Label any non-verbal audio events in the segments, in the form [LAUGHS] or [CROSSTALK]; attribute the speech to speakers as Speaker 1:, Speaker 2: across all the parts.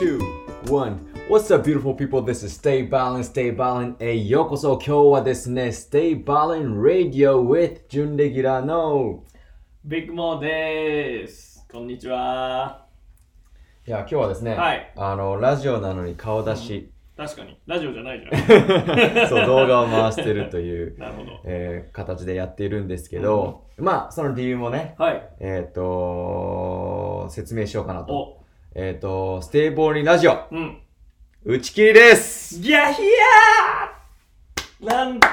Speaker 1: two,
Speaker 2: One. What's up, beautiful people? This is Stay Balanced, Stay Balanced へようこそ。今日はですね、Stay Balanced Radio with 準レギュラーの。
Speaker 3: ビッグモーです。こんにちは。
Speaker 2: いや、今日はですね、
Speaker 3: はい
Speaker 2: あの、ラジオなのに顔出し、
Speaker 3: 確かに、ラジオじゃないじ
Speaker 2: [LAUGHS]
Speaker 3: ゃん。
Speaker 2: そう、動画を回してるという、
Speaker 3: なるほど。
Speaker 2: えー形でやっているんですけど、まあ、その理由もね、
Speaker 3: はい。
Speaker 2: えっ、と説明しようかなと。
Speaker 3: お、
Speaker 2: えっ、と、ステイボーリンラジオ、
Speaker 3: うん。
Speaker 2: 打ち切りです
Speaker 3: ギャヒヤーなん
Speaker 2: [LAUGHS]
Speaker 3: と。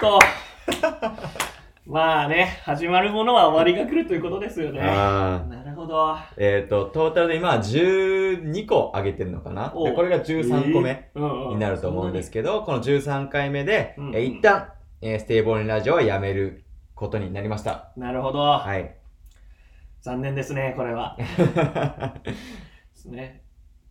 Speaker 3: まあね、始まるものは終わりが来るということですよね。
Speaker 2: あー
Speaker 3: なるほど。
Speaker 2: えっ、と、トータルで今12個上げてるのかな
Speaker 3: お
Speaker 2: でこれが13個目。になると思うんです
Speaker 3: け
Speaker 2: けど、この13回目で、
Speaker 3: うん
Speaker 2: えー一旦、えーステイボーリンラジオはやめることになりました。
Speaker 3: ど。なるほど、 [LAUGHS]
Speaker 2: はい。
Speaker 3: 残念ですね、これは。ですね。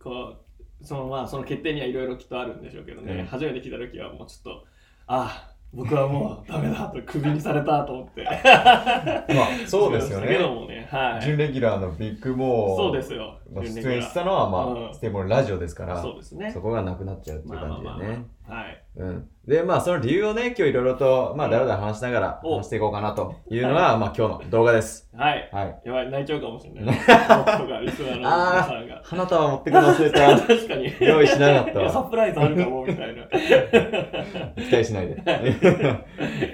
Speaker 3: こう、そのまあ、その決定にはいろいろきっとあるんでしょうけどね、
Speaker 2: うん
Speaker 3: 初めて来た時はもうちょっと、ああ、僕はもうダメだと、クビにされたと思って。
Speaker 2: まあ、そうですよ
Speaker 3: ましたけど
Speaker 2: ね。
Speaker 3: もね、はい。
Speaker 2: 準レギュラーのビッグモー
Speaker 3: そうですよ。
Speaker 2: まあ
Speaker 3: 準レギ
Speaker 2: 出
Speaker 3: ュラー
Speaker 2: 演したのは、まあ、
Speaker 3: うん
Speaker 2: ステイボーリンラジオですから、
Speaker 3: そうですね
Speaker 2: そ。こがなくなっちゃうっていう
Speaker 3: まあま
Speaker 2: 感
Speaker 3: あ
Speaker 2: じ
Speaker 3: まあ
Speaker 2: でね。
Speaker 3: まあ。はい。
Speaker 2: うん。で、まあ、その理由をね、今日いろいろと、まあ、
Speaker 3: うん
Speaker 2: だらだら話しながら
Speaker 3: お
Speaker 2: 話していこうかなというのが、まあ、今日の動画です。
Speaker 3: はい。
Speaker 2: はい。
Speaker 3: やばい、泣いちゃうかもしれ
Speaker 2: [LAUGHS]
Speaker 3: ない。僕とかリスナーの皆さんが。
Speaker 2: 花束持ってくの忘れた。
Speaker 3: 確かに。
Speaker 2: 用意しなかったわ
Speaker 3: いやサプライズあるかも、みた
Speaker 2: [LAUGHS]
Speaker 3: いな。
Speaker 2: 期待しないで。 [LAUGHS]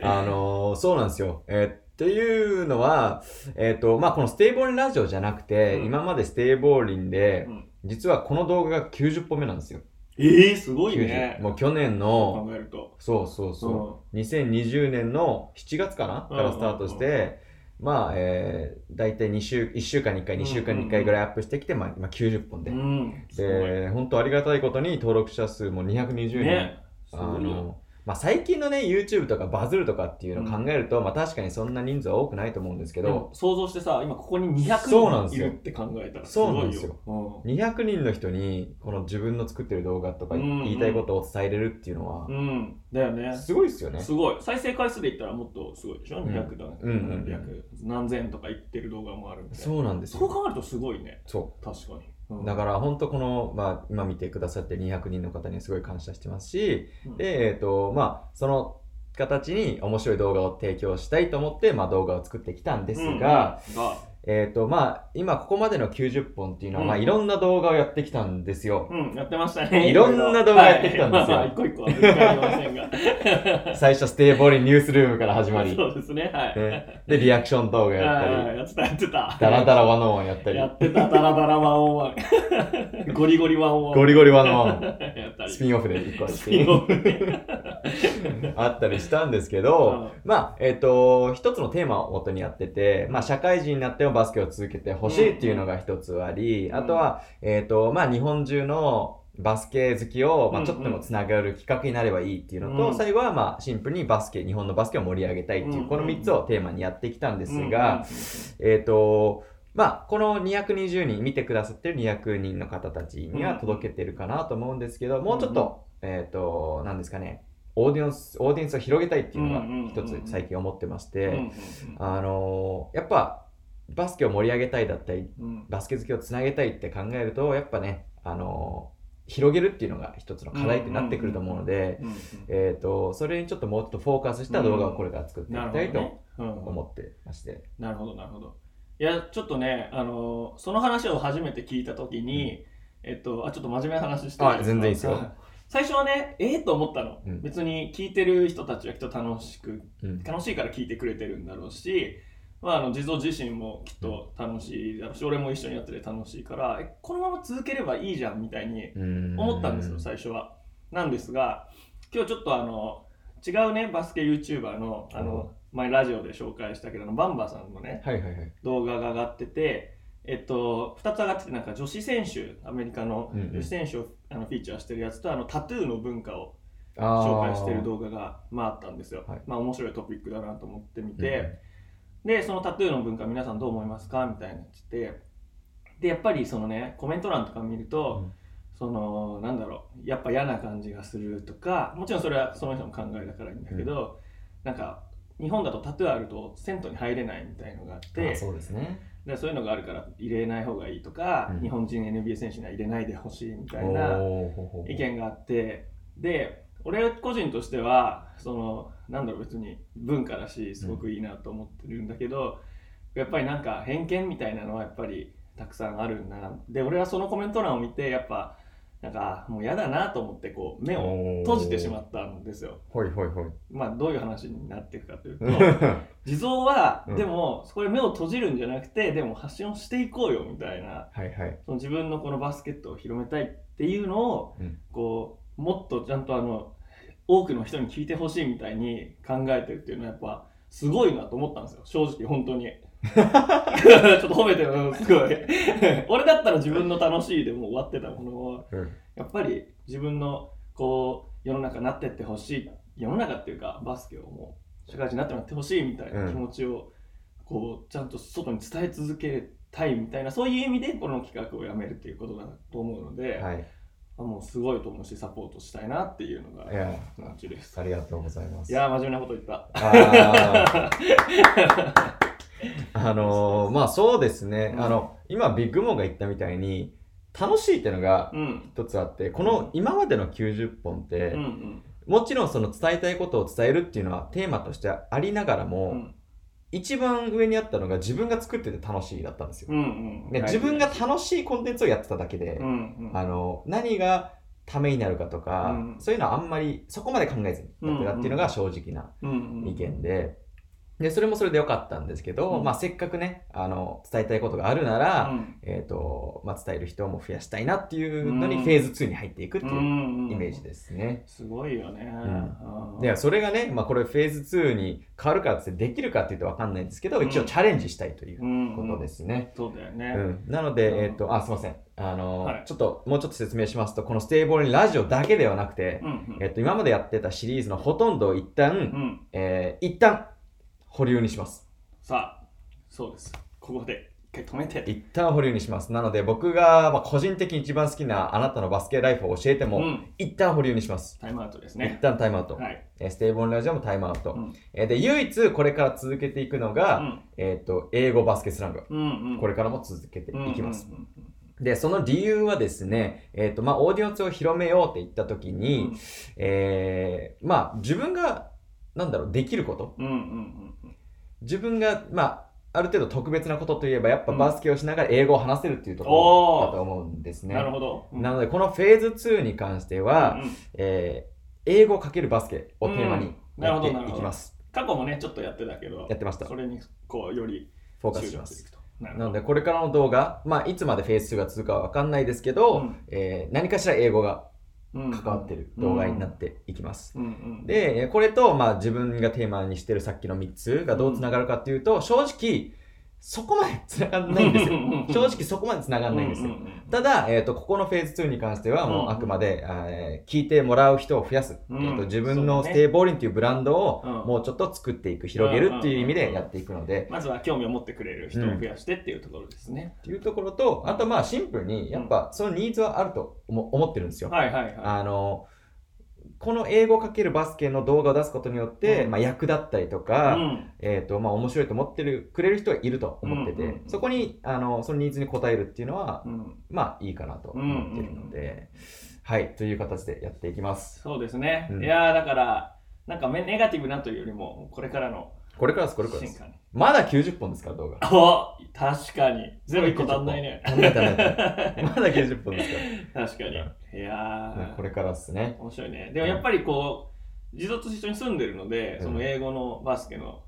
Speaker 2: あのーそうなんですよ。えーっていうのは、えっ、と、まあ、このステイボーリンラジオじゃなくて、
Speaker 3: うん
Speaker 2: 今までステイボーリンで、
Speaker 3: うん
Speaker 2: 実はこの動画が90本目なんですよ。
Speaker 3: ええ、すごい
Speaker 2: 90。
Speaker 3: ね。
Speaker 2: もう去年
Speaker 3: 考
Speaker 2: の、
Speaker 3: えると。
Speaker 2: そうそうそう、2020年の7月かな
Speaker 3: うん
Speaker 2: からスタートして、まあ、えー、大体2週、1週間に1回、2週間に1回ぐらいアップしてきて、まあ、今90本
Speaker 3: う
Speaker 2: で。
Speaker 3: ん。すごい。
Speaker 2: で、本当ありがたいことに登録者数も220人
Speaker 3: ね。す
Speaker 2: あ
Speaker 3: ごいな。
Speaker 2: のまあ、最近のね YouTube とかバズるとかっていうのを考えると、まあ、確かにそんな人数は多くないと思うんですけ
Speaker 3: でも
Speaker 2: ど、
Speaker 3: 想像してさ、今ここに
Speaker 2: そうなんで
Speaker 3: 200人
Speaker 2: す
Speaker 3: い
Speaker 2: よ
Speaker 3: るって考えたら、
Speaker 2: そうなん
Speaker 3: ごい
Speaker 2: ですよ
Speaker 3: よ。
Speaker 2: 200人の人にこの自分の作ってる動画とか
Speaker 3: うんうん
Speaker 2: 言いたいことを伝えれるっていうのは
Speaker 3: うんうん。だよね。
Speaker 2: すごいですよね。
Speaker 3: すごい。再生回数で言ったらもっとすごいでしょ
Speaker 2: うん
Speaker 3: ?200 だ、
Speaker 2: うんうんうん
Speaker 3: 200何千とか言ってる動画もあるんで。
Speaker 2: そうなんです
Speaker 3: そ
Speaker 2: よ。
Speaker 3: う考えるとすごいね。
Speaker 2: そ
Speaker 3: 確かに。
Speaker 2: うだから本当この、まあ、今見てくださってる200人の方にすごい感謝してますし、で、えっ、と、まあ、その形に面白い動画を提供したいと思って、まあ、動画を作ってきたんです
Speaker 3: うん
Speaker 2: が、、
Speaker 3: うんが
Speaker 2: えっ、と、まあ、今ここまでの90本っていうのは、まあ、
Speaker 3: うん
Speaker 2: いろんな動画をやってきたんですよ。
Speaker 3: うん、やってましたね。
Speaker 2: いろんな動画やってきたんですよ
Speaker 3: はいまあまあ一個一個は振り返りませんが。
Speaker 2: 最初、ステイボーリンニュースルームから [LAUGHS] 始まり、
Speaker 3: そうですね、はい。
Speaker 2: ね、で、リアクション動画や
Speaker 3: はい
Speaker 2: った
Speaker 3: は
Speaker 2: り、
Speaker 3: いやってた、やってた。
Speaker 2: ダラダラワノワンやったり
Speaker 3: や、ってた、ダラダラワンオンワ
Speaker 2: [LAUGHS]
Speaker 3: ン。ゴリゴリワンオンワン。
Speaker 2: ゴリゴリワノワ
Speaker 3: やった
Speaker 2: ン、
Speaker 3: り。
Speaker 2: スピンオフで一個あっ
Speaker 3: スピンオ
Speaker 2: て、
Speaker 3: フね。
Speaker 2: [LAUGHS] あったりしたんですけど、まあ、えっ、と、一つのテーマを元にやってて、まあ、社会人になってもバスケを続けてほしいっていうのが一つあり、
Speaker 3: うん
Speaker 2: あとは、えっ、と、まあ、日本中のバスケ好きを、まあ、ちょっとでもつながる企画になればいいっていうのと、
Speaker 3: うん
Speaker 2: 最後は、まあ、シンプルにバスケ、日本のバスケを盛り上げたいっていう、この3つをテーマにやってきたんですが、えっ、と、まあ、この220人、見てくださってる200人の方たちには届けてるかなと思うんですけど、もうちょっと、えっ、と、なんですかね、オーディエンス、オーディエンスを広げたいっていうのが
Speaker 3: うんうん
Speaker 2: 一
Speaker 3: うんうん
Speaker 2: つ最近思ってまし
Speaker 3: う
Speaker 2: て、
Speaker 3: ん、うんうん
Speaker 2: あのーやっぱ、バスケを盛り上げたいだったり、
Speaker 3: うん
Speaker 2: バスケ好きをつなげたいって考えると、やっぱね、あのー広げるっていうのが一つの課題ってなってくると思うので、
Speaker 3: うんうん
Speaker 2: えっ、と、それにちょっともうちょっとフォーカスした動画をこれから作ってい
Speaker 3: な
Speaker 2: き
Speaker 3: る
Speaker 2: たい
Speaker 3: ほど
Speaker 2: と
Speaker 3: ね。うん
Speaker 2: 思ってまして。
Speaker 3: なるほどなるほどいやちょっとねあのその話を初めて聞いた時に、えっとあちょっと真面目な話していい
Speaker 2: あ全然いいですよ
Speaker 3: は最初はねええと思ったの、
Speaker 2: うん
Speaker 3: 別に聞いてる人たちはきっと楽しく
Speaker 2: うん
Speaker 3: 楽しいから聞いてくれてるんだろうしまあ、あの地蔵自身もきっと楽しいだろうし、俺も一緒にやってて楽しいからえこのまま続ければいいじゃんみたいに思ったんですよ最初は。なんですが今日ちょっとあの違うねバスケ YouTuber のあの前ラジオで紹介したけどあのバンバさんのね
Speaker 2: はいはいはい。
Speaker 3: 動画が上がってて、えっと、2つ上がっててなんか女子選手アメリカの
Speaker 2: うんうん
Speaker 3: 女子選手をあのフィーチャーしてるやつとあのタトゥーの文化を
Speaker 2: あ
Speaker 3: 紹
Speaker 2: ー
Speaker 3: 介してる動画がまああったんですよ。
Speaker 2: はい
Speaker 3: まあ面白いトピックだなと思ってみて。でそのタトゥーの文化皆さんどう思いますかみたいになっててでやっぱりそのねコメント欄とか見ると、
Speaker 2: うん
Speaker 3: そのなんだろうやっぱ嫌な感じがするとかもちろんそれはその人の考えだからいいんだけど、なんか日本だとタトゥーあると銭湯に入れないみたいのがあって
Speaker 2: あそうですね。
Speaker 3: でそういうのがあるから入れない方がいいとか、
Speaker 2: うん
Speaker 3: 日本人 NBA 選手には入れないでほしいみたいな
Speaker 2: おーほうほうほう
Speaker 3: 意見があってで俺個人としてはそのなんだろう別に文化だしすごくいいなと思ってるんだけど、やっぱりなんか偏見みたいなのはやっぱりたくさんあるんだなで俺はそのコメント欄を見てやっぱなんかもう嫌だなと思ってこう目を閉じてしまったんですよ。
Speaker 2: ほいほいほい。
Speaker 3: まあどういう話になっていくかというと
Speaker 2: は
Speaker 3: 地蔵は
Speaker 2: うん
Speaker 3: でもそこで目を閉じるんじゃなくてでも発信をしていこうよみたいない
Speaker 2: はい。
Speaker 3: その自分のこのバスケットを広めたいっていうのを、
Speaker 2: うん
Speaker 3: こうもっとちゃんとあの多くの人に聞いてほしいみたいに考えてるっていうのはやっぱすごいなと思ったんですよ正直
Speaker 2: [LAUGHS]
Speaker 3: 本当にちょっと褒めてるのすごい俺だったら自分の楽しいでもう終わってたものを
Speaker 2: うん
Speaker 3: やっぱり自分のこう世の中になってってほしい世の中っていうかバスケをもう社会人になってもらってほしいみたいな気持ちをこうちゃんと外に伝え続けたいみたいなそういう意味でこの企画をやめるっていうことだと思うので、
Speaker 2: はい。
Speaker 3: あもうすごいと思うしサポートしたいなっていうのが
Speaker 2: いや
Speaker 3: 感じです。
Speaker 2: ありがとうございます。
Speaker 3: いやー真面目なこと言った。
Speaker 2: あ
Speaker 3: [LAUGHS]
Speaker 2: ーあのーまあそうですね、
Speaker 3: うん
Speaker 2: あの今ビッグモンが言ったみたいに楽しいってのが
Speaker 3: うん。
Speaker 2: 一つあってこの今までの90本って、
Speaker 3: うんうん。
Speaker 2: もちろんその伝えたいことを伝えるっていうのはテーマとしてありながらも、
Speaker 3: うん
Speaker 2: 一番上にあったのが自分が作ってて楽しいだったんですよ、
Speaker 3: うんうん。
Speaker 2: で自分が楽しいコンテンツをやってただけで、
Speaker 3: うんうん。
Speaker 2: あの何がためになるかとか、
Speaker 3: うん
Speaker 2: そういうのはあんまりそこまで考えずにやってたっていうのが正直な
Speaker 3: うんうん
Speaker 2: 意見ででそれもそれで良かったんですけど、
Speaker 3: うん
Speaker 2: まあ、せっかくねあの伝えたいことがあるな
Speaker 3: う
Speaker 2: ら、
Speaker 3: ん
Speaker 2: えーとまあ、伝える人も増やしたいなっていうの
Speaker 3: う
Speaker 2: に
Speaker 3: ん
Speaker 2: フェーズ2に入っていくっていう
Speaker 3: うん
Speaker 2: イメージ。ですね。
Speaker 3: すごいよね。うん
Speaker 2: でそれがね、まあ、これフェーズ2に変わるかってできるかっていうと分かんないんですけど、
Speaker 3: うん
Speaker 2: 一応チャレンジしたいというこ
Speaker 3: こと
Speaker 2: ですね。
Speaker 3: そうだよ
Speaker 2: う
Speaker 3: ね。
Speaker 2: ん、なので、
Speaker 3: うん
Speaker 2: えっ、と、あ、すいません。あの、
Speaker 3: はい
Speaker 2: ちょっと、もうちょっと説明しますと、このステイボーにラジオだけではなくて、
Speaker 3: うんうん
Speaker 2: えっ、と、今までやってたシリーズのほとんどを一旦、
Speaker 3: うん。
Speaker 2: えー、一旦保留にします。
Speaker 3: さあ、そうです。ここで一回止めて。
Speaker 2: 一旦保留にします。なので僕が、まあ、個人的に一番好きなあなたのバスケライフを教えても、
Speaker 3: うん
Speaker 2: 一旦保留にします。
Speaker 3: タイムアウトです
Speaker 2: 一
Speaker 3: ね。
Speaker 2: 旦タイムアウト。
Speaker 3: はい。
Speaker 2: えーステイボーンラジオもタイムアウト。
Speaker 3: うん
Speaker 2: えーで、唯一これから続けていくの
Speaker 3: う
Speaker 2: が、
Speaker 3: ん
Speaker 2: えっ、と、英語バスケスラング。
Speaker 3: うんうん。
Speaker 2: こ
Speaker 3: れ
Speaker 2: れからも続けていきます。。
Speaker 3: う
Speaker 2: で、その理由はですね、えっ、と、まあ、オーディエンスを広めようって言った時
Speaker 3: ん
Speaker 2: に、えーまあ、自分が、なんだろう、できること。
Speaker 3: うんうんうんうん。
Speaker 2: 自分が、まあ、ある程度特別なことといえばやっぱバスケをしながら英語を話せるっていうところだと思うんですね。
Speaker 3: なるほど。うん
Speaker 2: なのでこのフェーズ2に関しては、
Speaker 3: うん
Speaker 2: えー英語かけるバスケをテーマに
Speaker 3: うんな
Speaker 2: や
Speaker 3: るほ
Speaker 2: っ
Speaker 3: ど
Speaker 2: てい
Speaker 3: なるほど
Speaker 2: きます。
Speaker 3: 過去もね、ちょっとやってたけど、
Speaker 2: やってました。フ
Speaker 3: それにこう、より
Speaker 2: ォーカス
Speaker 3: 注
Speaker 2: しま
Speaker 3: 力してい
Speaker 2: す。
Speaker 3: くと。な
Speaker 2: なのでこれからの動画、まあ、いつまでフェーズ2が続くかは分かんないですけど、
Speaker 3: うん
Speaker 2: えー何かしら英語が
Speaker 3: 関
Speaker 2: 関わってる動画になっ。ていきます。
Speaker 3: うんうん。
Speaker 2: で、えーこれと、まあ、自分がテーマにしてるさっきの3つがどうつながるかっていうと、正直、そこまで [LAUGHS] つながんないんですよ
Speaker 3: うんうんうん。 [LAUGHS]
Speaker 2: 正直そこまでつながんないんです
Speaker 3: う
Speaker 2: よ。
Speaker 3: ううん
Speaker 2: ただ、えっ、と、ここのフェーズ2に関しては、もう
Speaker 3: うん
Speaker 2: あくまで、あーえー聞いてもらう人を増やす。
Speaker 3: うん
Speaker 2: えーと自分
Speaker 3: そう
Speaker 2: の
Speaker 3: だ
Speaker 2: ス
Speaker 3: ね
Speaker 2: テイボーリンというブランドを、
Speaker 3: うん
Speaker 2: もうちょっと作っていく、広げるっていう意味でやっていくので、
Speaker 3: まずは興味を持ってくれる人を増やしてっていうところですね。
Speaker 2: っていうところと、あとまあシンプルに、やっぱそのニーズはあると思思ってるんですよ。
Speaker 3: はいはいは
Speaker 2: あのこの英語かけるバスケの動画を出すことによって、
Speaker 3: うん
Speaker 2: まあ、役立ったりと
Speaker 3: い。
Speaker 2: か、
Speaker 3: うん
Speaker 2: えーとまあ、面白いと思ってるくれる人はいると思ってて、
Speaker 3: うんうんうん
Speaker 2: そこにあのそのニーズに応えるっていうのは、
Speaker 3: うん。
Speaker 2: まあいいかなと思ってるので、
Speaker 3: うんうん
Speaker 2: はいという形でやっていきます
Speaker 3: そうですね。
Speaker 2: うん
Speaker 3: いやーだから、なんかめネガティブなというよりも、これからの
Speaker 2: これからですこれからで
Speaker 3: 進
Speaker 2: す
Speaker 3: 化に。
Speaker 2: まだ90本ですから動画
Speaker 3: お確かに。ゼロ一個足んないね。
Speaker 2: 足んない足んない [LAUGHS] まだ90本ですか
Speaker 3: [LAUGHS] 確かに。いや
Speaker 2: ら
Speaker 3: ー、
Speaker 2: これからですね
Speaker 3: 面白いね。でもやっぱりこう、地蔵と一緒に住んでるので、
Speaker 2: うん
Speaker 3: その英語のバスケの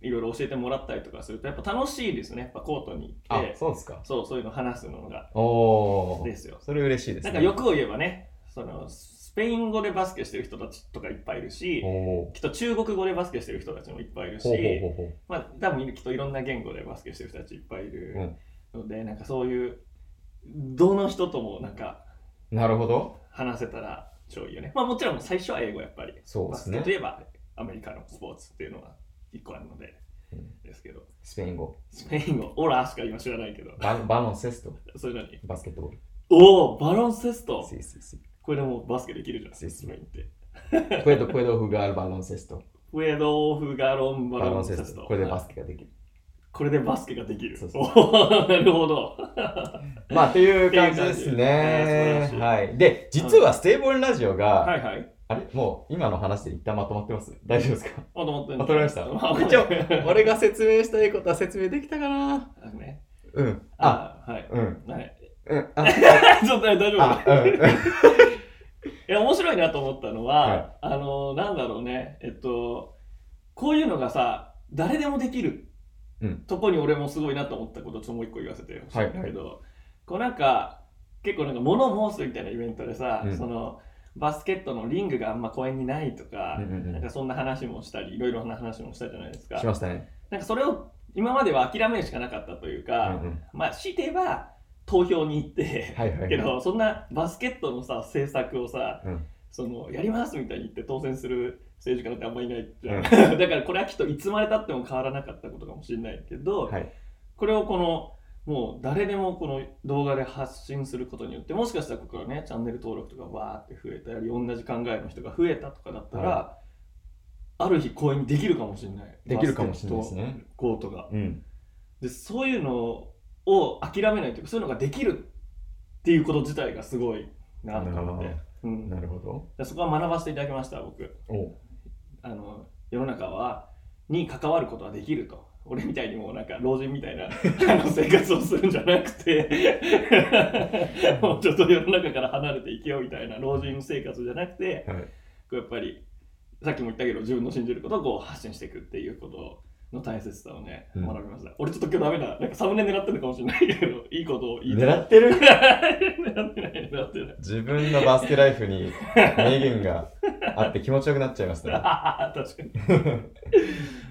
Speaker 3: いろいろ教えてもらったりとかすると、やっぱ楽しいですね。やっぱコートに行
Speaker 2: あ
Speaker 3: って、
Speaker 2: そうですか
Speaker 3: そう、そういうの話すのが。
Speaker 2: おおー
Speaker 3: ですよ。
Speaker 2: それ嬉しいです
Speaker 3: な
Speaker 2: ね
Speaker 3: んか欲を言えばね、そのスペイン語でバスケしてる人たちとかいっぱいいるし、
Speaker 2: おー
Speaker 3: きっと中国語でバスケしてる人たちもいっぱいいるし、
Speaker 2: ほうほうほうほう
Speaker 3: まあ、多分きっといろんな言語でバスケしてる人たちいっぱいいるので、なんかそういうどの人ともなんか
Speaker 2: なるほど
Speaker 3: 話せたら超いいよねまあもちろん最初は英語やっぱり、
Speaker 2: そうで
Speaker 3: バ
Speaker 2: す
Speaker 3: スケ
Speaker 2: ね
Speaker 3: といえばアメリカのスポーツっていうのは一個あるので、
Speaker 2: うん
Speaker 3: ですけど
Speaker 2: スペイン語
Speaker 3: スペイン語オラしか今知らないけど
Speaker 2: ババロンセスト、
Speaker 3: それ何
Speaker 2: バスケットボール。
Speaker 3: おおバロンセスト
Speaker 2: Sí, sí, sí.
Speaker 3: これでもうバスケできるじゃん
Speaker 2: そう
Speaker 3: スペインって
Speaker 2: Puedo, puedo jugar baloncesto.
Speaker 3: ウェドオフガロンバ
Speaker 2: バロ
Speaker 3: ロン
Speaker 2: ン
Speaker 3: セ
Speaker 2: セ
Speaker 3: ス
Speaker 2: ス
Speaker 3: ト。
Speaker 2: ト。これでバ
Speaker 3: ス、
Speaker 2: スケができる。
Speaker 3: これでバスケができる。
Speaker 2: そうそ
Speaker 3: おーなるほど。
Speaker 2: まあ、という感じです
Speaker 3: っていう感
Speaker 2: ね
Speaker 3: じ。素晴らし
Speaker 2: はい。で、実はステーブルラジオが、
Speaker 3: はいはい。
Speaker 2: あれもう今の話で一旦まとまってます大丈夫ですか
Speaker 3: [LAUGHS] まとまってんの
Speaker 2: まとまりました
Speaker 3: あまあ
Speaker 2: 一応、俺が説明したいことは説明できたかな
Speaker 3: ね
Speaker 2: うん。あ、
Speaker 3: あ、はい。
Speaker 2: うん。
Speaker 3: [LAUGHS] はい、
Speaker 2: うん。あ、
Speaker 3: ちょっと大丈夫
Speaker 2: あ、うん。
Speaker 3: いや面白いなと思ったのは、
Speaker 2: はい
Speaker 3: あのなんだろうねえっとこういうのがさ誰でもできる、
Speaker 2: うん
Speaker 3: とこに俺もすごいなと思ったことをちょっともう一個言わせてほしいんだけど、こうなんか結構なんか物申すみたいなイベントでさ、
Speaker 2: うん
Speaker 3: そのバスケットのリングがあんま公園にないとか、
Speaker 2: うんうんう
Speaker 3: なんんかそんな話もしたりいろいろな話もしたじゃないですか
Speaker 2: しましたね。
Speaker 3: なんかそれを今までは諦めるしかなかったという
Speaker 2: うんう
Speaker 3: か、
Speaker 2: ん。
Speaker 3: まあしては投票に行って、
Speaker 2: はいはい。
Speaker 3: けどそんなバスケットのさ政策をさ、
Speaker 2: うん
Speaker 3: そのやりますみたいに言って当選する政治家なんてあんまいないじゃん、
Speaker 2: うん
Speaker 3: [LAUGHS] だからこれはきっといつまでたっても変わらなかったことかもしれないけど、
Speaker 2: はい
Speaker 3: これをこのもう誰でもこの動画で発信することによってもしかしたらここからねチャンネル登録とかわーって増えたり同じ考えの人が増えたとかだったら、
Speaker 2: は
Speaker 3: ある日公演できるかもしれない
Speaker 2: できるかもしれないですね
Speaker 3: バスケットコートが
Speaker 2: うん。
Speaker 3: でそういうのを諦めないというかそういうのができるっていうこと自体がすごいなと思って、うん、だか
Speaker 2: なるほど。
Speaker 3: らそこは学ばせていただきました僕
Speaker 2: お
Speaker 3: あの世の中はに関わることはできると俺みたいにもうなんか老人みたいな [LAUGHS] あの生活をするんじゃなくて [LAUGHS] もうちょっと世の中から離れていけようみたいな老人生活じゃなくて
Speaker 2: はい。
Speaker 3: こうやっぱりさっきも言ったけど自分の信じることをこう発信していくっていうことの大切さをね、
Speaker 2: うん
Speaker 3: 学びました俺ちょっと今日ダメだなんかサムネ狙ってるかもしれないけどいいことを言いたい
Speaker 2: 狙ってる
Speaker 3: [LAUGHS] 狙ってない狙ってない [LAUGHS]
Speaker 2: 自分のバスケライフに名言があって気持ちよくなっちゃい
Speaker 3: [LAUGHS]
Speaker 2: ましたね。
Speaker 3: あー確かに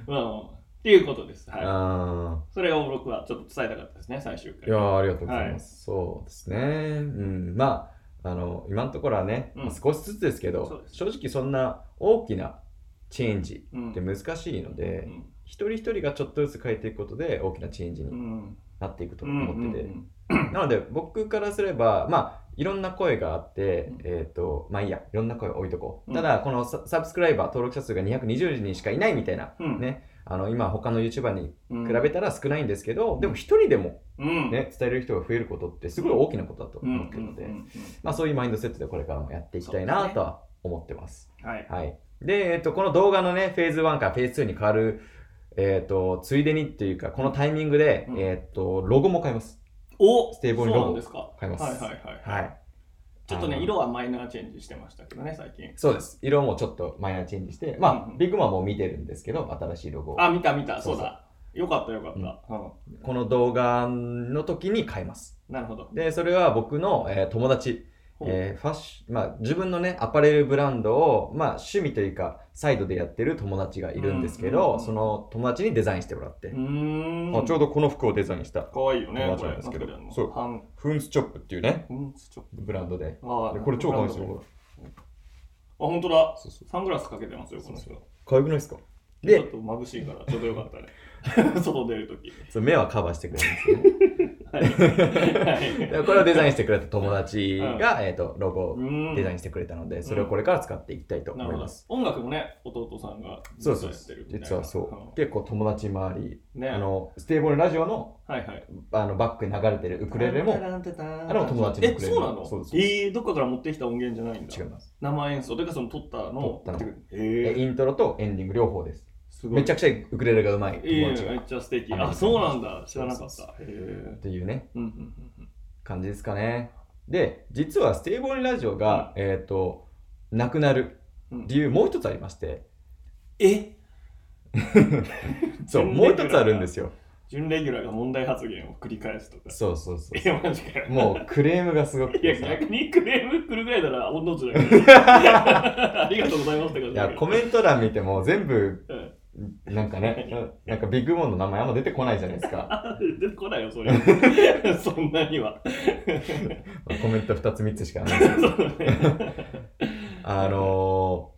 Speaker 3: まあまあまあっていうことですは
Speaker 2: あ
Speaker 3: いそれが僕はちょっと伝えたかったですね最終
Speaker 2: ー
Speaker 3: 回
Speaker 2: いやーありがとうございます。そうですね。うん。まあ、あの、今のところはね、
Speaker 3: うん
Speaker 2: まあ少しずつですけ
Speaker 3: そう
Speaker 2: ど、
Speaker 3: です
Speaker 2: 正直そんな大きなチェンジ
Speaker 3: うん
Speaker 2: って難しいので、
Speaker 3: うん
Speaker 2: 一人一人がちょっとずつ変えていくことで大きなチェンジ
Speaker 3: う
Speaker 2: に
Speaker 3: ん
Speaker 2: なっていくと思ってて、
Speaker 3: うんうん
Speaker 2: なので僕からすればまあいろんな声があって、
Speaker 3: うん
Speaker 2: えっ、とまあいいやいろんな声置いとこう、
Speaker 3: うん
Speaker 2: ただこのササブスクライバー登録者数が220人しかいないみたいな、
Speaker 3: うん
Speaker 2: ねあの今他の YouTuber に
Speaker 3: うん
Speaker 2: 比べたら少ないんですけど、でも一人でも
Speaker 3: うん
Speaker 2: ね伝える人が増えることってすごい大きなことだと
Speaker 3: うんうん
Speaker 2: 思ってるので、
Speaker 3: うんうん
Speaker 2: まあそういうマインドセットでこれからもやっていきたいなとは思ってます
Speaker 3: うんはい
Speaker 2: はい。で、えっと、この動画のね、フェーズ1からフェーズ2に変わる、えっと、ついでにっていうか、このタイミングで、
Speaker 3: うん
Speaker 2: えっと、ロゴも変えます。
Speaker 3: お
Speaker 2: ステーブン
Speaker 3: そう
Speaker 2: ロ
Speaker 3: なん
Speaker 2: ゴ
Speaker 3: ですかは
Speaker 2: 変え
Speaker 3: い
Speaker 2: ます。
Speaker 3: はいはいは
Speaker 2: は
Speaker 3: い
Speaker 2: い
Speaker 3: ちょっと
Speaker 2: あ
Speaker 3: ね
Speaker 2: の
Speaker 3: 色はマイナーチェンジしてましたけどね最近
Speaker 2: そうです。色もちょっとマイナーチェンジして、まあ、
Speaker 3: うんうん
Speaker 2: ビッグマンも見てるんですけど、新しいロゴを
Speaker 3: あ、見た見た、そ
Speaker 2: そううそう
Speaker 3: だ。よかったよかった。
Speaker 2: うん
Speaker 3: うん
Speaker 2: この動画の時に変えます。
Speaker 3: なるほど。
Speaker 2: で、それは僕の、えー友達、
Speaker 3: ほう
Speaker 2: えーファッシまあ、自分のね、アパレルブランドを、まあ、趣味というか、サイドでやってる友達がいるんですけ
Speaker 3: うんうんうん
Speaker 2: ど、
Speaker 3: うん
Speaker 2: その友達にデザインしてもらって、
Speaker 3: うーん。
Speaker 2: あちょう
Speaker 3: ど。
Speaker 2: どこの服をデザインした
Speaker 3: かわいいよね、
Speaker 2: 友達
Speaker 3: これ。
Speaker 2: なんですけど
Speaker 3: なんか
Speaker 2: そう
Speaker 3: ハン、
Speaker 2: フンスチョップっていうね、
Speaker 3: うん、ちょっ
Speaker 2: ブランドで。
Speaker 3: と。あ
Speaker 2: で
Speaker 3: ー
Speaker 2: これ超可愛いですよ、
Speaker 3: あ、
Speaker 2: ほ
Speaker 3: 本当だ
Speaker 2: ら。。そうそう。
Speaker 3: サングラスかけてますよ、この人。
Speaker 2: 可愛くないですか
Speaker 3: ちょっ
Speaker 2: で、
Speaker 3: と眩しいから、ちょうどよかったね。 [LAUGHS] 外出るとき。
Speaker 2: そう目はカバーしてくれ
Speaker 3: [LAUGHS]
Speaker 2: るんです
Speaker 3: はい。はい
Speaker 2: よ、ね。でこれをデザインしてくれた友達が、えっと、ロゴをデザイ
Speaker 3: ン
Speaker 2: ンしてくれたので、それをこれから使っていきたいと
Speaker 3: な
Speaker 2: 思
Speaker 3: る
Speaker 2: い
Speaker 3: ほど
Speaker 2: ます。。
Speaker 3: 音楽もね、弟さんが
Speaker 2: そうそう
Speaker 3: やってるみたいな
Speaker 2: 実はそう。結構友達周り、
Speaker 3: うんね。
Speaker 2: あの、ステーブルラジオの
Speaker 3: はいはい。
Speaker 2: あのバックに流れてるウクレレも
Speaker 3: タランタランタラン
Speaker 2: あれも友達のウ
Speaker 3: え、
Speaker 2: クレレ
Speaker 3: そうなの
Speaker 2: そうです
Speaker 3: えー、どっかから持ってきた音源じゃないんだ
Speaker 2: 違い。ます。
Speaker 3: 生演奏というかその撮ったのを
Speaker 2: 撮ったの
Speaker 3: え
Speaker 2: えイントロとエンディング両方です。
Speaker 3: すごい
Speaker 2: めちゃくちゃウクレレがうまい
Speaker 3: いい
Speaker 2: 友
Speaker 3: ね
Speaker 2: 達
Speaker 3: め
Speaker 2: が。
Speaker 3: っちゃ素敵
Speaker 2: ありが
Speaker 3: あ
Speaker 2: とう
Speaker 3: そう
Speaker 2: ご
Speaker 3: な
Speaker 2: ざい
Speaker 3: ん
Speaker 2: ま
Speaker 3: だ知らなかったへえ
Speaker 2: というね。
Speaker 3: うんうんうん
Speaker 2: 感じですかね。で、実はステイボーイラジオが、えっ、と、なくなる
Speaker 3: うん
Speaker 2: 理由、もう一つありまして、
Speaker 3: え
Speaker 2: [LAUGHS] そう、もう一つあるんですよ。
Speaker 3: 準レギュラーが問題発言を繰り返すとか
Speaker 2: そうそうそ
Speaker 3: えマジかよ
Speaker 2: う。もうクレームがすごく
Speaker 3: いや
Speaker 2: てさ。
Speaker 3: 逆にクレーム来るぐらいなら御の字だけ
Speaker 2: [LAUGHS]
Speaker 3: どありがとうございますって感
Speaker 2: い
Speaker 3: じだ
Speaker 2: や、
Speaker 3: けど
Speaker 2: コメント欄見ても全部、
Speaker 3: うん
Speaker 2: なんかね、なんかビッグモンの名前あんま出てこないじゃないです
Speaker 3: [LAUGHS]
Speaker 2: か。
Speaker 3: あ出てこないよそれ [LAUGHS] そんなに
Speaker 2: [LAUGHS]
Speaker 3: は
Speaker 2: コメント2つ3つしかない。
Speaker 3: そうね
Speaker 2: あのー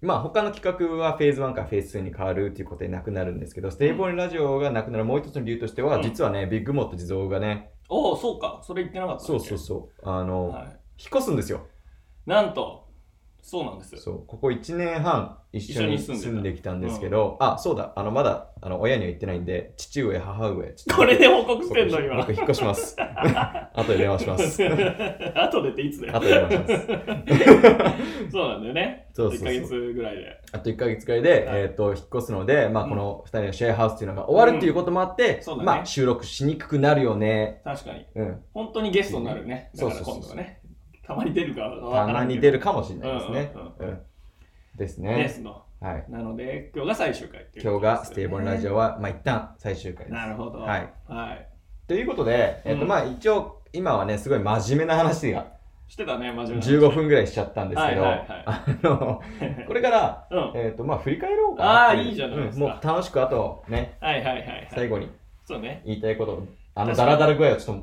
Speaker 2: まあ他の企画はフェーズ1からフェーズ2に変わるっていうことでなくなるんですけど、ステイボーイラジオがなくなるもう一つの理由としては、
Speaker 3: うん
Speaker 2: 実はね、ビッグモンと地蔵がね、
Speaker 3: おおそうかそれ言ってなかった
Speaker 2: そうそう
Speaker 3: そ
Speaker 2: そう、あのー
Speaker 3: はい
Speaker 2: 引っ越すんですよ。
Speaker 3: なんと、そうなんですよ。
Speaker 2: そうここ1年半一緒に
Speaker 3: 一緒に
Speaker 2: 住
Speaker 3: 住
Speaker 2: ん
Speaker 3: んでた
Speaker 2: できたんですけど、あそうだあのまだあの親には言ってないんで父上母上ちょっと
Speaker 3: これで報告し
Speaker 2: 僕
Speaker 3: てんの今
Speaker 2: 僕。引っ越します
Speaker 3: [LAUGHS]
Speaker 2: 後で電話します
Speaker 3: 後でっていつだよ
Speaker 2: 後。で電話します
Speaker 3: そうなんだよね。
Speaker 2: そうそう
Speaker 3: 1
Speaker 2: そ
Speaker 3: ヶ
Speaker 2: う
Speaker 3: 月ぐらいで。
Speaker 2: あと1ヶ月くらいで、
Speaker 3: はい
Speaker 2: えっ、と、引っ越すので、まあ、
Speaker 3: うん
Speaker 2: この2人のシェアハウスっていうのが終わるっていうこともあって、
Speaker 3: んそうだね
Speaker 2: まあ、収録しにくくなるよね。
Speaker 3: 確かに。
Speaker 2: うん。
Speaker 3: 本当にゲストになるね。だ
Speaker 2: そう
Speaker 3: か
Speaker 2: そ
Speaker 3: ら
Speaker 2: うそうそう
Speaker 3: 今度はね。たまに出るかは
Speaker 2: た
Speaker 3: わから
Speaker 2: ま
Speaker 3: んけ
Speaker 2: に
Speaker 3: ど
Speaker 2: 出るかもしれないですね。
Speaker 3: うんう
Speaker 2: う
Speaker 3: ん
Speaker 2: んです
Speaker 3: うんゲ
Speaker 2: ね。
Speaker 3: スト。
Speaker 2: はい。
Speaker 3: なので、今日が最終回って
Speaker 2: 今日
Speaker 3: いうことですよね
Speaker 2: がステーボンラジオは、まあ、一旦最終回です。
Speaker 3: なるほど。
Speaker 2: はい。
Speaker 3: はい。
Speaker 2: ということで、えっ、と、
Speaker 3: うん
Speaker 2: まあ、一応、今はね、すごい真面目な話が
Speaker 3: してたね、真面目な話。
Speaker 2: 15分ぐらいしちゃったんですけど、
Speaker 3: はいはいはい
Speaker 2: あの、これから、
Speaker 3: うん。は
Speaker 2: えっ、と、まあ、振り返ろうかなってう
Speaker 3: あーいいじゃないですか
Speaker 2: うんもう楽しく、あと、ね、
Speaker 3: いはいはいはい。
Speaker 2: 最後に
Speaker 3: そうね。 [LAUGHS]
Speaker 2: 言いたいこと、あの、
Speaker 3: 確
Speaker 2: ダ
Speaker 3: かに
Speaker 2: ラダラ具合をちょっ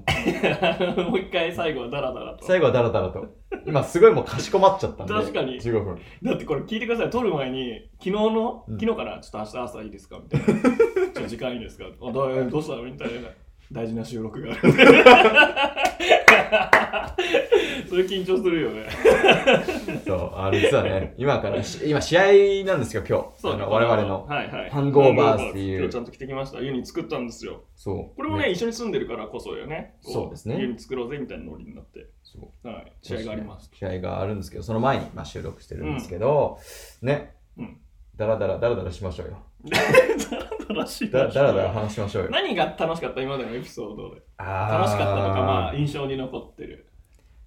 Speaker 2: と、
Speaker 3: もう一回最後はダラダラと。
Speaker 2: 最後はダラダラと。今すごいもうかしこまっちゃったんで。
Speaker 3: 確かに
Speaker 2: 15分。
Speaker 3: だってこれ聞いてください。撮る前に、昨日の、
Speaker 2: うん
Speaker 3: 昨日からちょっと明日朝いいですか
Speaker 2: [LAUGHS]
Speaker 3: みたいな。ちょっと時間いいですかあどうどうしたのみたいな。大事な収録
Speaker 2: [LAUGHS]
Speaker 3: があるんで。それ緊張するよね。
Speaker 2: そう、あれ実はね、
Speaker 3: [LAUGHS]
Speaker 2: 今からし、今試合なんですよ、今日。あの我々の。
Speaker 3: はいはい、
Speaker 2: ハングオーバーズっていう
Speaker 3: 今日ちゃんと着てきました。ユニ作ったんですよ。
Speaker 2: そう。
Speaker 3: これもね、一緒に住んでるからこそよね。こ
Speaker 2: そうですね
Speaker 3: ユニ作ろうぜみたいなノリになって。
Speaker 2: そう
Speaker 3: はい。試合があります。。
Speaker 2: 試合があるんですけど、その前に、まあ、収録してるんですけど、ね
Speaker 3: うん。
Speaker 2: ダラダラ、ダラダラしましょうよ。
Speaker 3: 楽しい
Speaker 2: だダラダラ話しましょうよ。
Speaker 3: 何が楽しかった今までのエピソードで。
Speaker 2: 楽
Speaker 3: 楽しかったのか、まあ、
Speaker 2: あ。
Speaker 3: 印象に残ってる。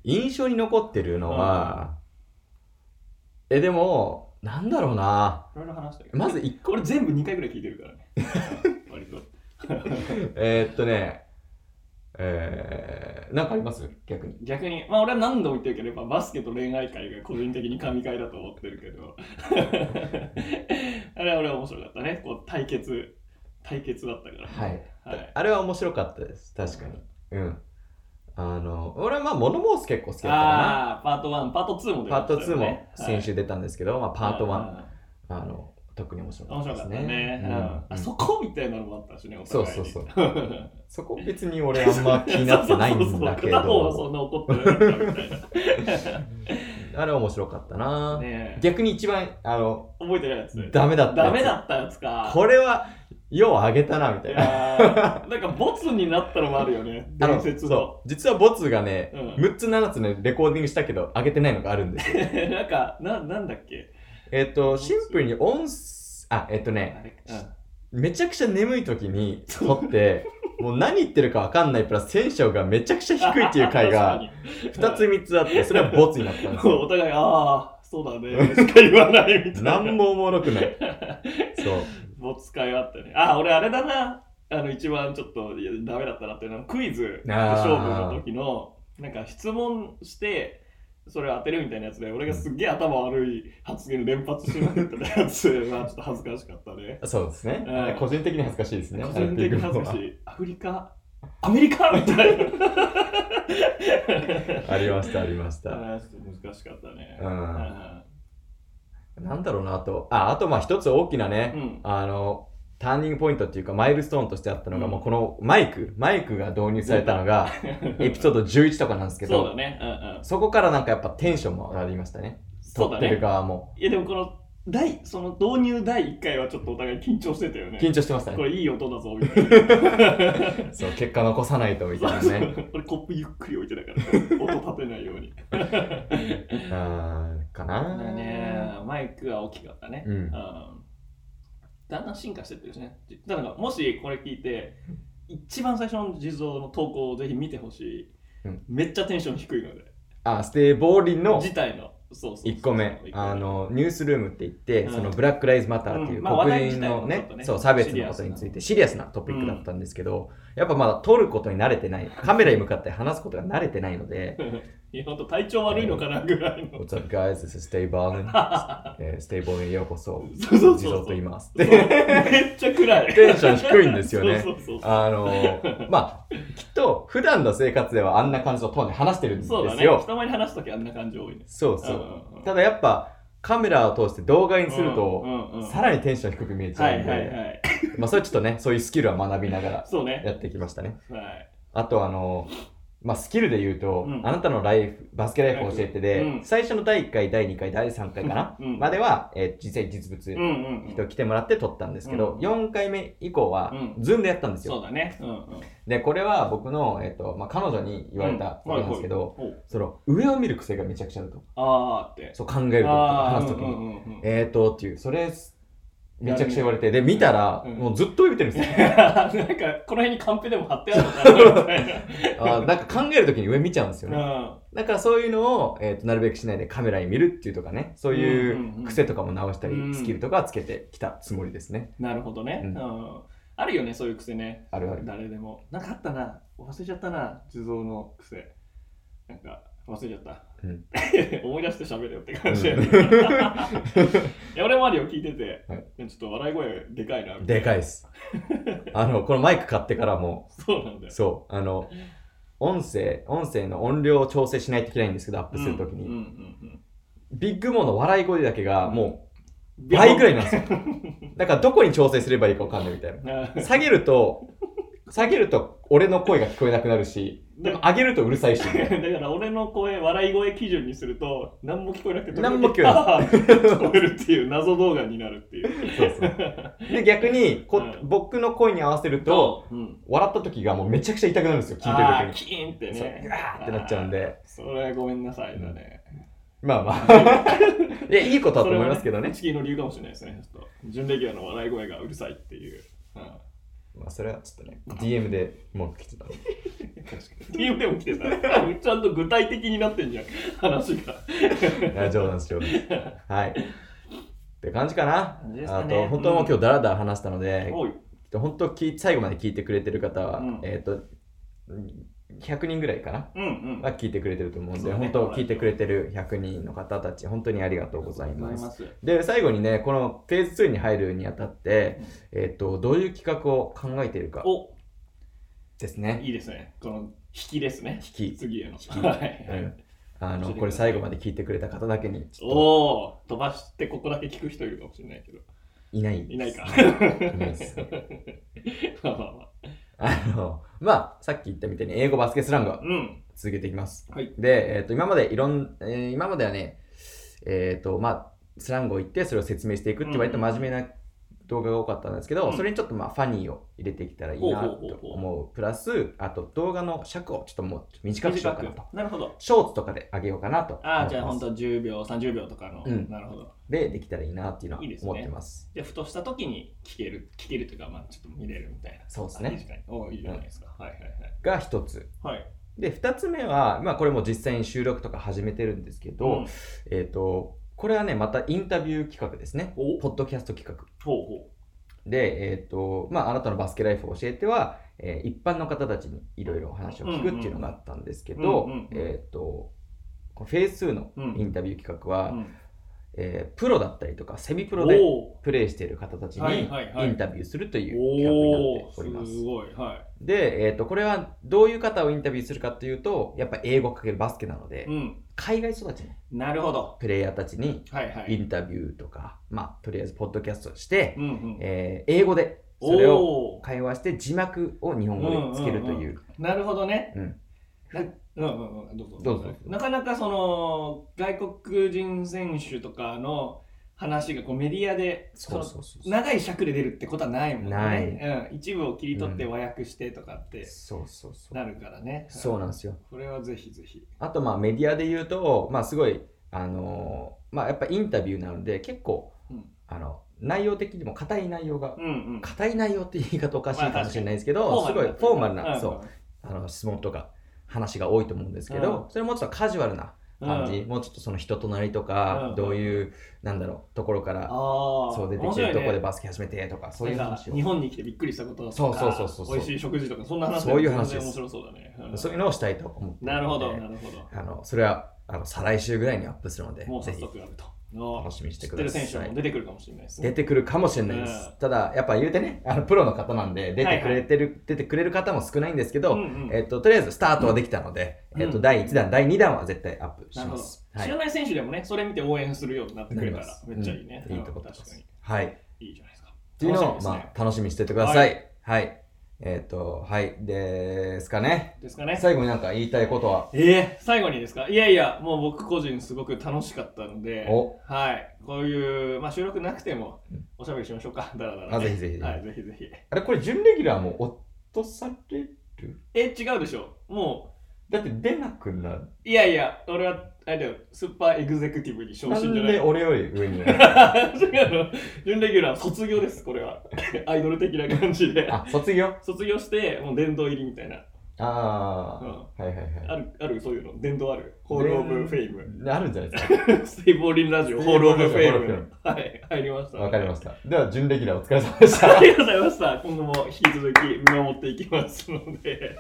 Speaker 2: 印象に残ってるのは、え、でも、なんだろうな。
Speaker 3: いろいろ話したけど。
Speaker 2: まず一個
Speaker 3: これ全部2回ぐらい聞いてるか
Speaker 2: [LAUGHS]
Speaker 3: らね。割と。 [LAUGHS]
Speaker 2: えーっとね、えー、なんかあります逆に。
Speaker 3: 逆に、まあ俺は何度も言ってるけど、やっぱバスケと恋愛会が個人的に神回だと思ってるけど。 [LAUGHS] あれは俺は面白かったね。こう対決、対決だったから。
Speaker 2: はい。
Speaker 3: はい。
Speaker 2: あれは面白かったです。確かに。うん。あの、俺はまあ、物申す結構好きだったか
Speaker 3: ああ、パート1、パート2も出
Speaker 2: な。パート
Speaker 3: ました
Speaker 2: 2
Speaker 3: よ
Speaker 2: も
Speaker 3: ね
Speaker 2: 先週出たんですけど、まあ、パート1、
Speaker 3: はい
Speaker 2: あの、特に面白か
Speaker 3: 面
Speaker 2: った
Speaker 3: 白
Speaker 2: で
Speaker 3: か
Speaker 2: す
Speaker 3: った
Speaker 2: ね。
Speaker 3: ね。うん
Speaker 2: うん
Speaker 3: あそこみたいなのもあったしね、お互いに
Speaker 2: そうそうそう。
Speaker 3: 気
Speaker 2: そこ別に俺あんま気になってないんだけ
Speaker 3: 片方は [LAUGHS] そ
Speaker 2: ど、
Speaker 3: んな怒ってなかったみたいな。
Speaker 2: あれは面白かったな。 [LAUGHS]
Speaker 3: ねえ
Speaker 2: 逆に一番、あの、
Speaker 3: 覚えてないやつ。
Speaker 2: ダメだったやつ
Speaker 3: ダメだったやつか。
Speaker 2: これは、ようあげたな、みた
Speaker 3: い
Speaker 2: いな。
Speaker 3: やーなんかボツになったのもあるよね。
Speaker 2: あの
Speaker 3: 伝説の。
Speaker 2: そう実はボツがね、
Speaker 3: うん
Speaker 2: 6つ7つねレコーディングしたけど上げてないのがあるんですよ
Speaker 3: [LAUGHS] なんか、な、なんだっけ
Speaker 2: えっとシンプルに音すあえっとね
Speaker 3: あれうん
Speaker 2: めちゃくちゃ眠い時に撮ってもう何言ってるか分かんないプラステンションがめちゃくちゃ低いっていう回が
Speaker 3: [LAUGHS] 確か
Speaker 2: 2つ
Speaker 3: [LAUGHS] に
Speaker 2: 3つあってそれはボツになったんです
Speaker 3: も [LAUGHS] う
Speaker 2: よ
Speaker 3: お互い、ああ、そうだね、しか言わないみたいな。
Speaker 2: 何もおもろくないそう
Speaker 3: ボツ会があったね。あー、俺あれだな。あの、一番ちょっと、いやダメだったなっていうのは、クイズ
Speaker 2: あー
Speaker 3: 勝負の時の、なんか質問して、それを当てるみたいなやつで、俺がすっげえ頭悪い発言連発しまくってたやつは、ちょっと恥ずかしかったね。
Speaker 2: そうですね、
Speaker 3: うん
Speaker 2: 個人的に恥ずかしいですね
Speaker 3: 個人的に恥ずかし
Speaker 2: い
Speaker 3: い。アフリカアメリカみたい
Speaker 2: [LAUGHS]
Speaker 3: な。
Speaker 2: ありましたありました
Speaker 3: あーちょっと難しかったね。
Speaker 2: うん
Speaker 3: あ
Speaker 2: なんだろうなあとああとまあ一つ大きなね、
Speaker 3: ーうん。
Speaker 2: あの、ターニングポイントっていうか、マイルストーンとしてあったのが、
Speaker 3: うん
Speaker 2: もうこのマイク、マイクが導入されたの
Speaker 3: [LAUGHS]
Speaker 2: が、エピソード11とかなんですけ
Speaker 3: そう
Speaker 2: ど、
Speaker 3: だね。うんうん。
Speaker 2: そこからなんかやっぱテンションも上がりましたね。
Speaker 3: そ
Speaker 2: 撮
Speaker 3: うだ
Speaker 2: ってる
Speaker 3: ね。
Speaker 2: 側も。
Speaker 3: いやでもこの第その導入第1回はちょっとお互い緊張してたよね。
Speaker 2: 緊張してました
Speaker 3: こ
Speaker 2: ね。
Speaker 3: れいい音だぞみたいな。
Speaker 2: そう、結果残さないとみたいなね。
Speaker 3: [LAUGHS] これコップゆっくり置いてたから、音立てないよ [LAUGHS] うに。
Speaker 2: あーかな
Speaker 3: だね。マイクは大きかったね。
Speaker 2: う
Speaker 3: うん
Speaker 2: ん。
Speaker 3: だんだん進化してってるしね。だからもしこれ聞いて、一番最初の地蔵の投稿をぜひ見てほしい、
Speaker 2: うん
Speaker 3: めっちゃテンション低いので。
Speaker 2: あ、ステイボーリンの
Speaker 3: 自体の。そうそうそう
Speaker 2: 1個目
Speaker 3: 一、
Speaker 2: あの、ニュースルームって言って、
Speaker 3: うん
Speaker 2: そのブラック・ライズ・マターっていう
Speaker 3: うんまあ話
Speaker 2: 黒
Speaker 3: 題
Speaker 2: 人の
Speaker 3: 自体もちょ
Speaker 2: ね
Speaker 3: っと、ね
Speaker 2: そう、差別のことについてシリアスなトピックだったんですけど、やっぱまだ撮ることに慣れてない、カメラに向かって話すことが慣れてないので、
Speaker 3: [LAUGHS] いや、ほんと体調悪いのかなぐらいの。
Speaker 2: What's up, guys? This is Stay
Speaker 3: [LAUGHS]
Speaker 2: Ballin. えー Stay Ballin へようこそ。
Speaker 3: そうそうそうそう
Speaker 2: 地蔵と言います。
Speaker 3: そう
Speaker 2: で、
Speaker 3: めっちゃ暗い。
Speaker 2: テンション低いんですよね
Speaker 3: そうそうそう
Speaker 2: あの
Speaker 3: [LAUGHS]
Speaker 2: ー、まあ、きっと、普段の生活ではあんな感じのトーンで話してるんです
Speaker 3: そうだね。
Speaker 2: よ。
Speaker 3: 人前に話すときあんな感じ多いね。
Speaker 2: そうそう
Speaker 3: うんうんうん
Speaker 2: ただやっぱ、カメラを通して動画にすると、
Speaker 3: うんうんうん
Speaker 2: さらにテンション低く見えち
Speaker 3: は
Speaker 2: ゃうん
Speaker 3: い
Speaker 2: で、
Speaker 3: はいはい。
Speaker 2: まあ、それちょっとね、そういうスキルは学びながら
Speaker 3: そうね。
Speaker 2: やってきましたね。
Speaker 3: はい。
Speaker 2: あと、あのー、まあ、スキルで言うと、
Speaker 3: うん
Speaker 2: あなたのライフ、バスケライフ教えてで、
Speaker 3: うん
Speaker 2: 最初の第1回、第2回、第3回かな、
Speaker 3: うん
Speaker 2: までは、えー実際実物、
Speaker 3: うんうんうん
Speaker 2: 人来てもらって撮ったんですけど、
Speaker 3: うん
Speaker 2: 4回目以降は、
Speaker 3: う
Speaker 2: ズームでやったんです
Speaker 3: そう
Speaker 2: よ。
Speaker 3: だね。うんうん。
Speaker 2: で、これは僕の、えっ、と、まあ、彼女に言われたことなんですけど、
Speaker 3: うん。はいはい
Speaker 2: その、上を見る癖がめちゃくちゃあると。
Speaker 3: おあーって。
Speaker 2: そう考えるとか
Speaker 3: あ
Speaker 2: 話すと
Speaker 3: ー
Speaker 2: きに、
Speaker 3: うんうんうんうん
Speaker 2: えーとっていう、それ、めちゃくちゃ言われて、で、見たら、
Speaker 3: うん
Speaker 2: もうずっと見てるんです
Speaker 3: [LAUGHS]
Speaker 2: よ。
Speaker 3: [LAUGHS] なんか、この辺にカンペでも貼ってあるのかなみたい
Speaker 2: あーなんか考えるときに上見ちゃうんですよね。 [LAUGHS]
Speaker 3: な。
Speaker 2: だからそういうのを、えー、となるべくしないでカメラに見るっていうとかねそうい
Speaker 3: んうんう
Speaker 2: うんう癖とかも直したり、
Speaker 3: うん
Speaker 2: スキルとかはつけてきたつもりですね、
Speaker 3: うんなるほどね。う
Speaker 2: うん
Speaker 3: んあるよね、そういう癖ね。
Speaker 2: あるある
Speaker 3: 誰でも。なんかあったな。忘れちゃったな。地蔵の癖。なんか、忘れちゃった。
Speaker 2: うん
Speaker 3: [LAUGHS] 思い出して喋れよって感じだよね。 [LAUGHS]
Speaker 2: う
Speaker 3: いや俺もあるよ、聞いてて。
Speaker 2: はい
Speaker 3: ちょっと笑い声でかいな。
Speaker 2: んでかい
Speaker 3: い。
Speaker 2: ですあのこのマイク買ってからも
Speaker 3: そうなんだよ。
Speaker 2: そうあの音声音声の音量を調整しないといけないんですけどアップするときに、
Speaker 3: うんうんうん
Speaker 2: ビッグモーの笑い声だけがも
Speaker 3: うん
Speaker 2: う倍ぐらいなんですよだからどこに調整すればいいかわかんないみたいな
Speaker 3: あー
Speaker 2: 下げると下げると俺の声が聞こえなくなるしでも上げるとうるさいしみたいな
Speaker 3: だから俺の声、笑い声基準にすると、何も聞こえなくて、
Speaker 2: 何も聞こえない
Speaker 3: 聞こえるっていう [LAUGHS] 謎動画になるっていう。
Speaker 2: そうそう。で、逆にこ、
Speaker 3: うん
Speaker 2: 僕の声に合わせると、
Speaker 3: うん、
Speaker 2: 笑った時がもうめちゃくちゃ痛くなるんですよ、聞い
Speaker 3: あ
Speaker 2: て
Speaker 3: ー
Speaker 2: る時
Speaker 3: キーンって
Speaker 2: に。そう
Speaker 3: ね
Speaker 2: う。わーってなっちゃうんで。
Speaker 3: それはごめんなさいだね。
Speaker 2: まあま
Speaker 3: [LAUGHS]
Speaker 2: あ。いや、いいことだと思いますけどね。
Speaker 3: 地球の理由かもしれないですね。ちょっと、準レギュラーの笑い声がうるさいっていう。うん
Speaker 2: まあ、それはちょっとね、DM で文句来てたの。
Speaker 3: DM でも来てた。ちゃんと具体的になってんじゃん、話が。
Speaker 2: いや冗談です、
Speaker 3: [LAUGHS]
Speaker 2: 冗談です。はい。って感じかな
Speaker 3: 感じ。ですか
Speaker 2: あ
Speaker 3: ね
Speaker 2: と、本当もう今日ダラダラ話したので、
Speaker 3: おい。
Speaker 2: きっと本当き最後まで聞いてくれてる方は、
Speaker 3: うん
Speaker 2: えっ、と、100人ぐらいかな。
Speaker 3: うんうん。
Speaker 2: は聞いてくれてると思うん
Speaker 3: そう
Speaker 2: で、
Speaker 3: ね
Speaker 2: 本当聞いてくれてる100人の方たち、本当にありがとうございます。
Speaker 3: す。
Speaker 2: で、最後にね、このフェーズ2に入るにあたって、えっ、と、どういう企画を考えているか
Speaker 3: お
Speaker 2: ですね。
Speaker 3: いいですね。この引きですね。
Speaker 2: 引き。
Speaker 3: 次への。
Speaker 2: き
Speaker 3: はい。
Speaker 2: うんあ
Speaker 3: 教え
Speaker 2: の、
Speaker 3: て
Speaker 2: こ
Speaker 3: くだ
Speaker 2: れ
Speaker 3: さい
Speaker 2: 最後まで聞いてくれた方だけに、ちょっ
Speaker 3: おお飛ばしてここだけ聞く人いるかもしれないけど。
Speaker 2: といないです。
Speaker 3: いないか。
Speaker 2: いないですね。
Speaker 3: [LAUGHS] まあまあまあ。
Speaker 2: あの、まあ、さっき言ったみたいに英語バスケスラングは
Speaker 3: うん。
Speaker 2: 続けていきます。
Speaker 3: はい。
Speaker 2: で、えっ、と、今までいろん、えー今まではね、えっ、と、まあ、スラングを言って、それを説明していくって割と真面目な動画が多かったんですけど、
Speaker 3: うん
Speaker 2: それにちょっとまあ、ファニーを入れていけたらいいな
Speaker 3: ほう
Speaker 2: と
Speaker 3: ほうほうほう
Speaker 2: 思う。プラス、あと動画の尺をちょっともう短くしよ
Speaker 3: 短
Speaker 2: うかなと。
Speaker 3: く。なるほど。
Speaker 2: ショーツとかであげようかなと思ってます。
Speaker 3: ああ、じゃあ本当10秒、30秒とかの。
Speaker 2: うん
Speaker 3: なるほど。
Speaker 2: で、できたらいいなっていうのはい
Speaker 3: いですね
Speaker 2: 思ってます。
Speaker 3: じゃあ、ふとした時に聞ける、聞けるというか、まあちょっと見れるみたいな。
Speaker 2: そうです
Speaker 3: あいい
Speaker 2: ね。
Speaker 3: 時間におーいいじゃないですか。はいはい
Speaker 2: が一つ。
Speaker 3: はい。はい。
Speaker 2: で、二つ目は、まあこれも実際に収録とか始めてるんですけど、
Speaker 3: ん
Speaker 2: えっ、と、これはね、またインタビュー企画ですね。
Speaker 3: お
Speaker 2: ポッドキャスト企画。
Speaker 3: ほうほ
Speaker 2: で、えっ、と、まあ、あなたのバスケライフを教えては、えー一般の方たちにいろいろお話を聞くっていうのがあったんですけど、
Speaker 3: うんうんうんうん
Speaker 2: えっ、と、このフェース2のインタビュー企画は、
Speaker 3: う。
Speaker 2: えープロだったりとかセミプ
Speaker 3: うん
Speaker 2: ロで
Speaker 3: お
Speaker 2: プレイしている方たち
Speaker 3: は
Speaker 2: にイ
Speaker 3: いはいはい
Speaker 2: ンタビューするという企画に
Speaker 3: ー
Speaker 2: な
Speaker 3: お
Speaker 2: っておりま
Speaker 3: ー
Speaker 2: す。
Speaker 3: すごい。は
Speaker 2: で、えっとこれはどういう方をインタビューするかというとやっぱ英語かけるバスケなので、
Speaker 3: い。うん。
Speaker 2: 海外育ちの
Speaker 3: なるほど。
Speaker 2: プレイヤーたちに
Speaker 3: はいは
Speaker 2: イ
Speaker 3: い。
Speaker 2: ンタビューとか、まあ、とりあえずポッドキャストをして、
Speaker 3: うんうん。
Speaker 2: えー英語でそれを
Speaker 3: おお
Speaker 2: 会話して字幕を日本語でつけるという,、
Speaker 3: ーなるほどね。
Speaker 2: うん
Speaker 3: なうんうんうん、どうぞ
Speaker 2: どうぞ
Speaker 3: なかなかその外国人選手とかの話がこうメディアで
Speaker 2: そうそうそう
Speaker 3: の長い尺で出るってことはないもんね
Speaker 2: ない
Speaker 3: うん、一部を切り取って
Speaker 2: うん
Speaker 3: 和訳してとかって
Speaker 2: そうそうそう
Speaker 3: なるからね、
Speaker 2: そうなんですよ
Speaker 3: これはぜひぜひ
Speaker 2: あとまあメディアで言うとまあすごいあのーまあやっぱインタビューなので結構、
Speaker 3: うん
Speaker 2: あの内容的にも硬い内容が
Speaker 3: うんうん
Speaker 2: 硬い内容って言い方おかしいかもしれないですけど、すごいフォーマルな、そうあの質問とか話が多いと思うんですけど、それもちょっとカジュアルな感じ、もうちょっとその人となりとか、
Speaker 3: うん
Speaker 2: どういうなんだろうところから
Speaker 3: ああ
Speaker 2: そう出てきて、どこでバスケ始めてとかそういう話を
Speaker 3: 日本に来てびっくりしたこととか
Speaker 2: そうそうそうそうそう
Speaker 3: 美味しい食事とかそんな話
Speaker 2: そういう話です
Speaker 3: 全然面白そうだね、うん
Speaker 2: そういうのをしたいと思っているので
Speaker 3: なるほどなるほど
Speaker 2: あのそれはあの再来週ぐらいにアップするので
Speaker 3: もう
Speaker 2: ぜ
Speaker 3: 早
Speaker 2: ひ
Speaker 3: 速あると。
Speaker 2: 楽しみにし
Speaker 3: 知
Speaker 2: て
Speaker 3: っ
Speaker 2: く
Speaker 3: て
Speaker 2: だ
Speaker 3: る
Speaker 2: さ
Speaker 3: 選手
Speaker 2: い
Speaker 3: も出てくるかもしれないです
Speaker 2: 出
Speaker 3: ね。
Speaker 2: てくるかもしれないです、
Speaker 3: う
Speaker 2: ただやっぱ言うてねあのプロの方なんで出てくれてる、出てくれる方も少ないんですけど、
Speaker 3: うんうん
Speaker 2: えっと、とりあえずスタートはできたので、
Speaker 3: うん
Speaker 2: えっ
Speaker 3: う
Speaker 2: と、
Speaker 3: ん
Speaker 2: 第1弾、第2弾は絶対アップし
Speaker 3: なるほ
Speaker 2: ま
Speaker 3: ど
Speaker 2: す。
Speaker 3: 知らない選手でもね、それ見て応援するようになってく
Speaker 2: なり
Speaker 3: れた
Speaker 2: ま
Speaker 3: ら
Speaker 2: す。
Speaker 3: めっちゃいいね。
Speaker 2: うんいいとこ
Speaker 3: うん
Speaker 2: とで
Speaker 3: 確か
Speaker 2: す
Speaker 3: に。。
Speaker 2: はい。っ
Speaker 3: いいじゃないですか。
Speaker 2: ていうのを、
Speaker 3: 楽しみですね
Speaker 2: まあ、楽しみにしててください。はい。えっ、と、はい、ですかね。
Speaker 3: ですかね。
Speaker 2: 最後になんか言いたいことは。
Speaker 3: えー、最後にですかいやいや、もう僕個人すごく楽しかったので、
Speaker 2: お
Speaker 3: はい、こういう、まあ、収録なくてもおしゃべりしましょうか、だ [LAUGHS] らだら、
Speaker 2: あぜひぜひ
Speaker 3: はい、ぜひぜひ。
Speaker 2: あれ、これ、準レギュラーも落とされる
Speaker 3: え、違うでしょも
Speaker 2: だって出なくなる。
Speaker 3: う、いやいや、俺は、あれだよ、スーパーエグゼクティブに昇
Speaker 2: な
Speaker 3: 進じゃ
Speaker 2: ん
Speaker 3: ない
Speaker 2: で。俺より上に
Speaker 3: [LAUGHS] 違うの、準レギュラー卒業です、これは。 [LAUGHS] アイドル的な感じで。
Speaker 2: あ、卒業
Speaker 3: 卒業して、もう殿堂入りみたいな。
Speaker 2: ああ、はいはいはい。
Speaker 3: ある、ある、そういうの。殿堂ある。ホールオブフェイム。 [LAUGHS]
Speaker 2: あるんじゃないです
Speaker 3: ステイボーリンラジオ、ホールオブフェイ
Speaker 2: ホールオブフェイ
Speaker 3: ム。はい、入りました。
Speaker 2: か。わかりました。では、準レギュラーお疲れ様でし
Speaker 3: あ
Speaker 2: た。
Speaker 3: りがとうございました。今後も引き続き見守っていきますので。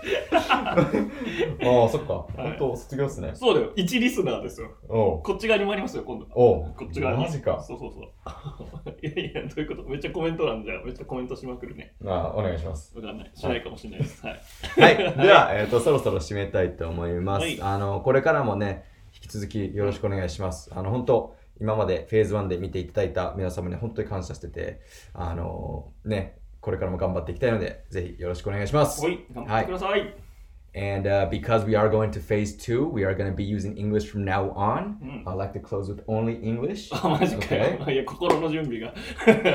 Speaker 2: おお、そっか。
Speaker 3: い
Speaker 2: 本当卒業っすね。
Speaker 3: そうだよ。一リスナーですよ。
Speaker 2: おう
Speaker 3: こっち側に回りますよ、今度。こ
Speaker 2: おう。
Speaker 3: っち側に。
Speaker 2: マジか。
Speaker 3: そうそうそう。 [LAUGHS] いやいや、どういうことめっちゃコメント欄じゃん。めっちゃコメントしまくるね。
Speaker 2: まあ、お願いします。
Speaker 3: わかんない。しないかもしれないです。はい。
Speaker 2: はい。では、えっ、と、そろそろ締めたいと思います。
Speaker 3: はい
Speaker 2: あの、これからもね、引き続きよろしくお願いします。あの、本当今までフェーズ1で見ていただいた皆様に本当に感謝してて、あの、ね、これからも頑張っていきたいので、ぜひよろしくお願いします。
Speaker 3: はい。頑張ってください。
Speaker 2: And uh, because we are going to phase two, we are going to be using English from now on.
Speaker 3: Mm.
Speaker 2: I'd like to close with only English.
Speaker 3: [LAUGHS] あ、マジかよ。
Speaker 2: Okay.
Speaker 3: いや、心の準備が。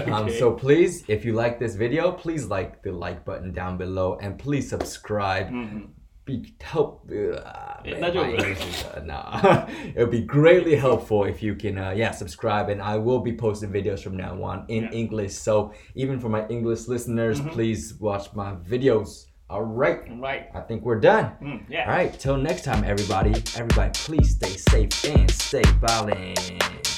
Speaker 2: Um,
Speaker 3: [LAUGHS] Okay.
Speaker 2: so please, if you like this video, please like the like button down below and please subscribe.
Speaker 3: うんうん。
Speaker 2: Be help. Uh,
Speaker 3: Eh,
Speaker 2: man,
Speaker 3: Mm-hmm. not
Speaker 2: my
Speaker 3: your-
Speaker 2: English is, [LAUGHS] uh, nah. it would be greatly helpful if you can, uh, yeah, subscribe. And I will be posting videos from now on in
Speaker 3: Yeah. Mm-hmm.
Speaker 2: English. So even for my English listeners, please watch my videos. All right,
Speaker 3: Right.
Speaker 2: I think we're done.
Speaker 3: うん。Yeah.
Speaker 2: All right, till next time, everybody. Everybody, please stay safe and stay violent.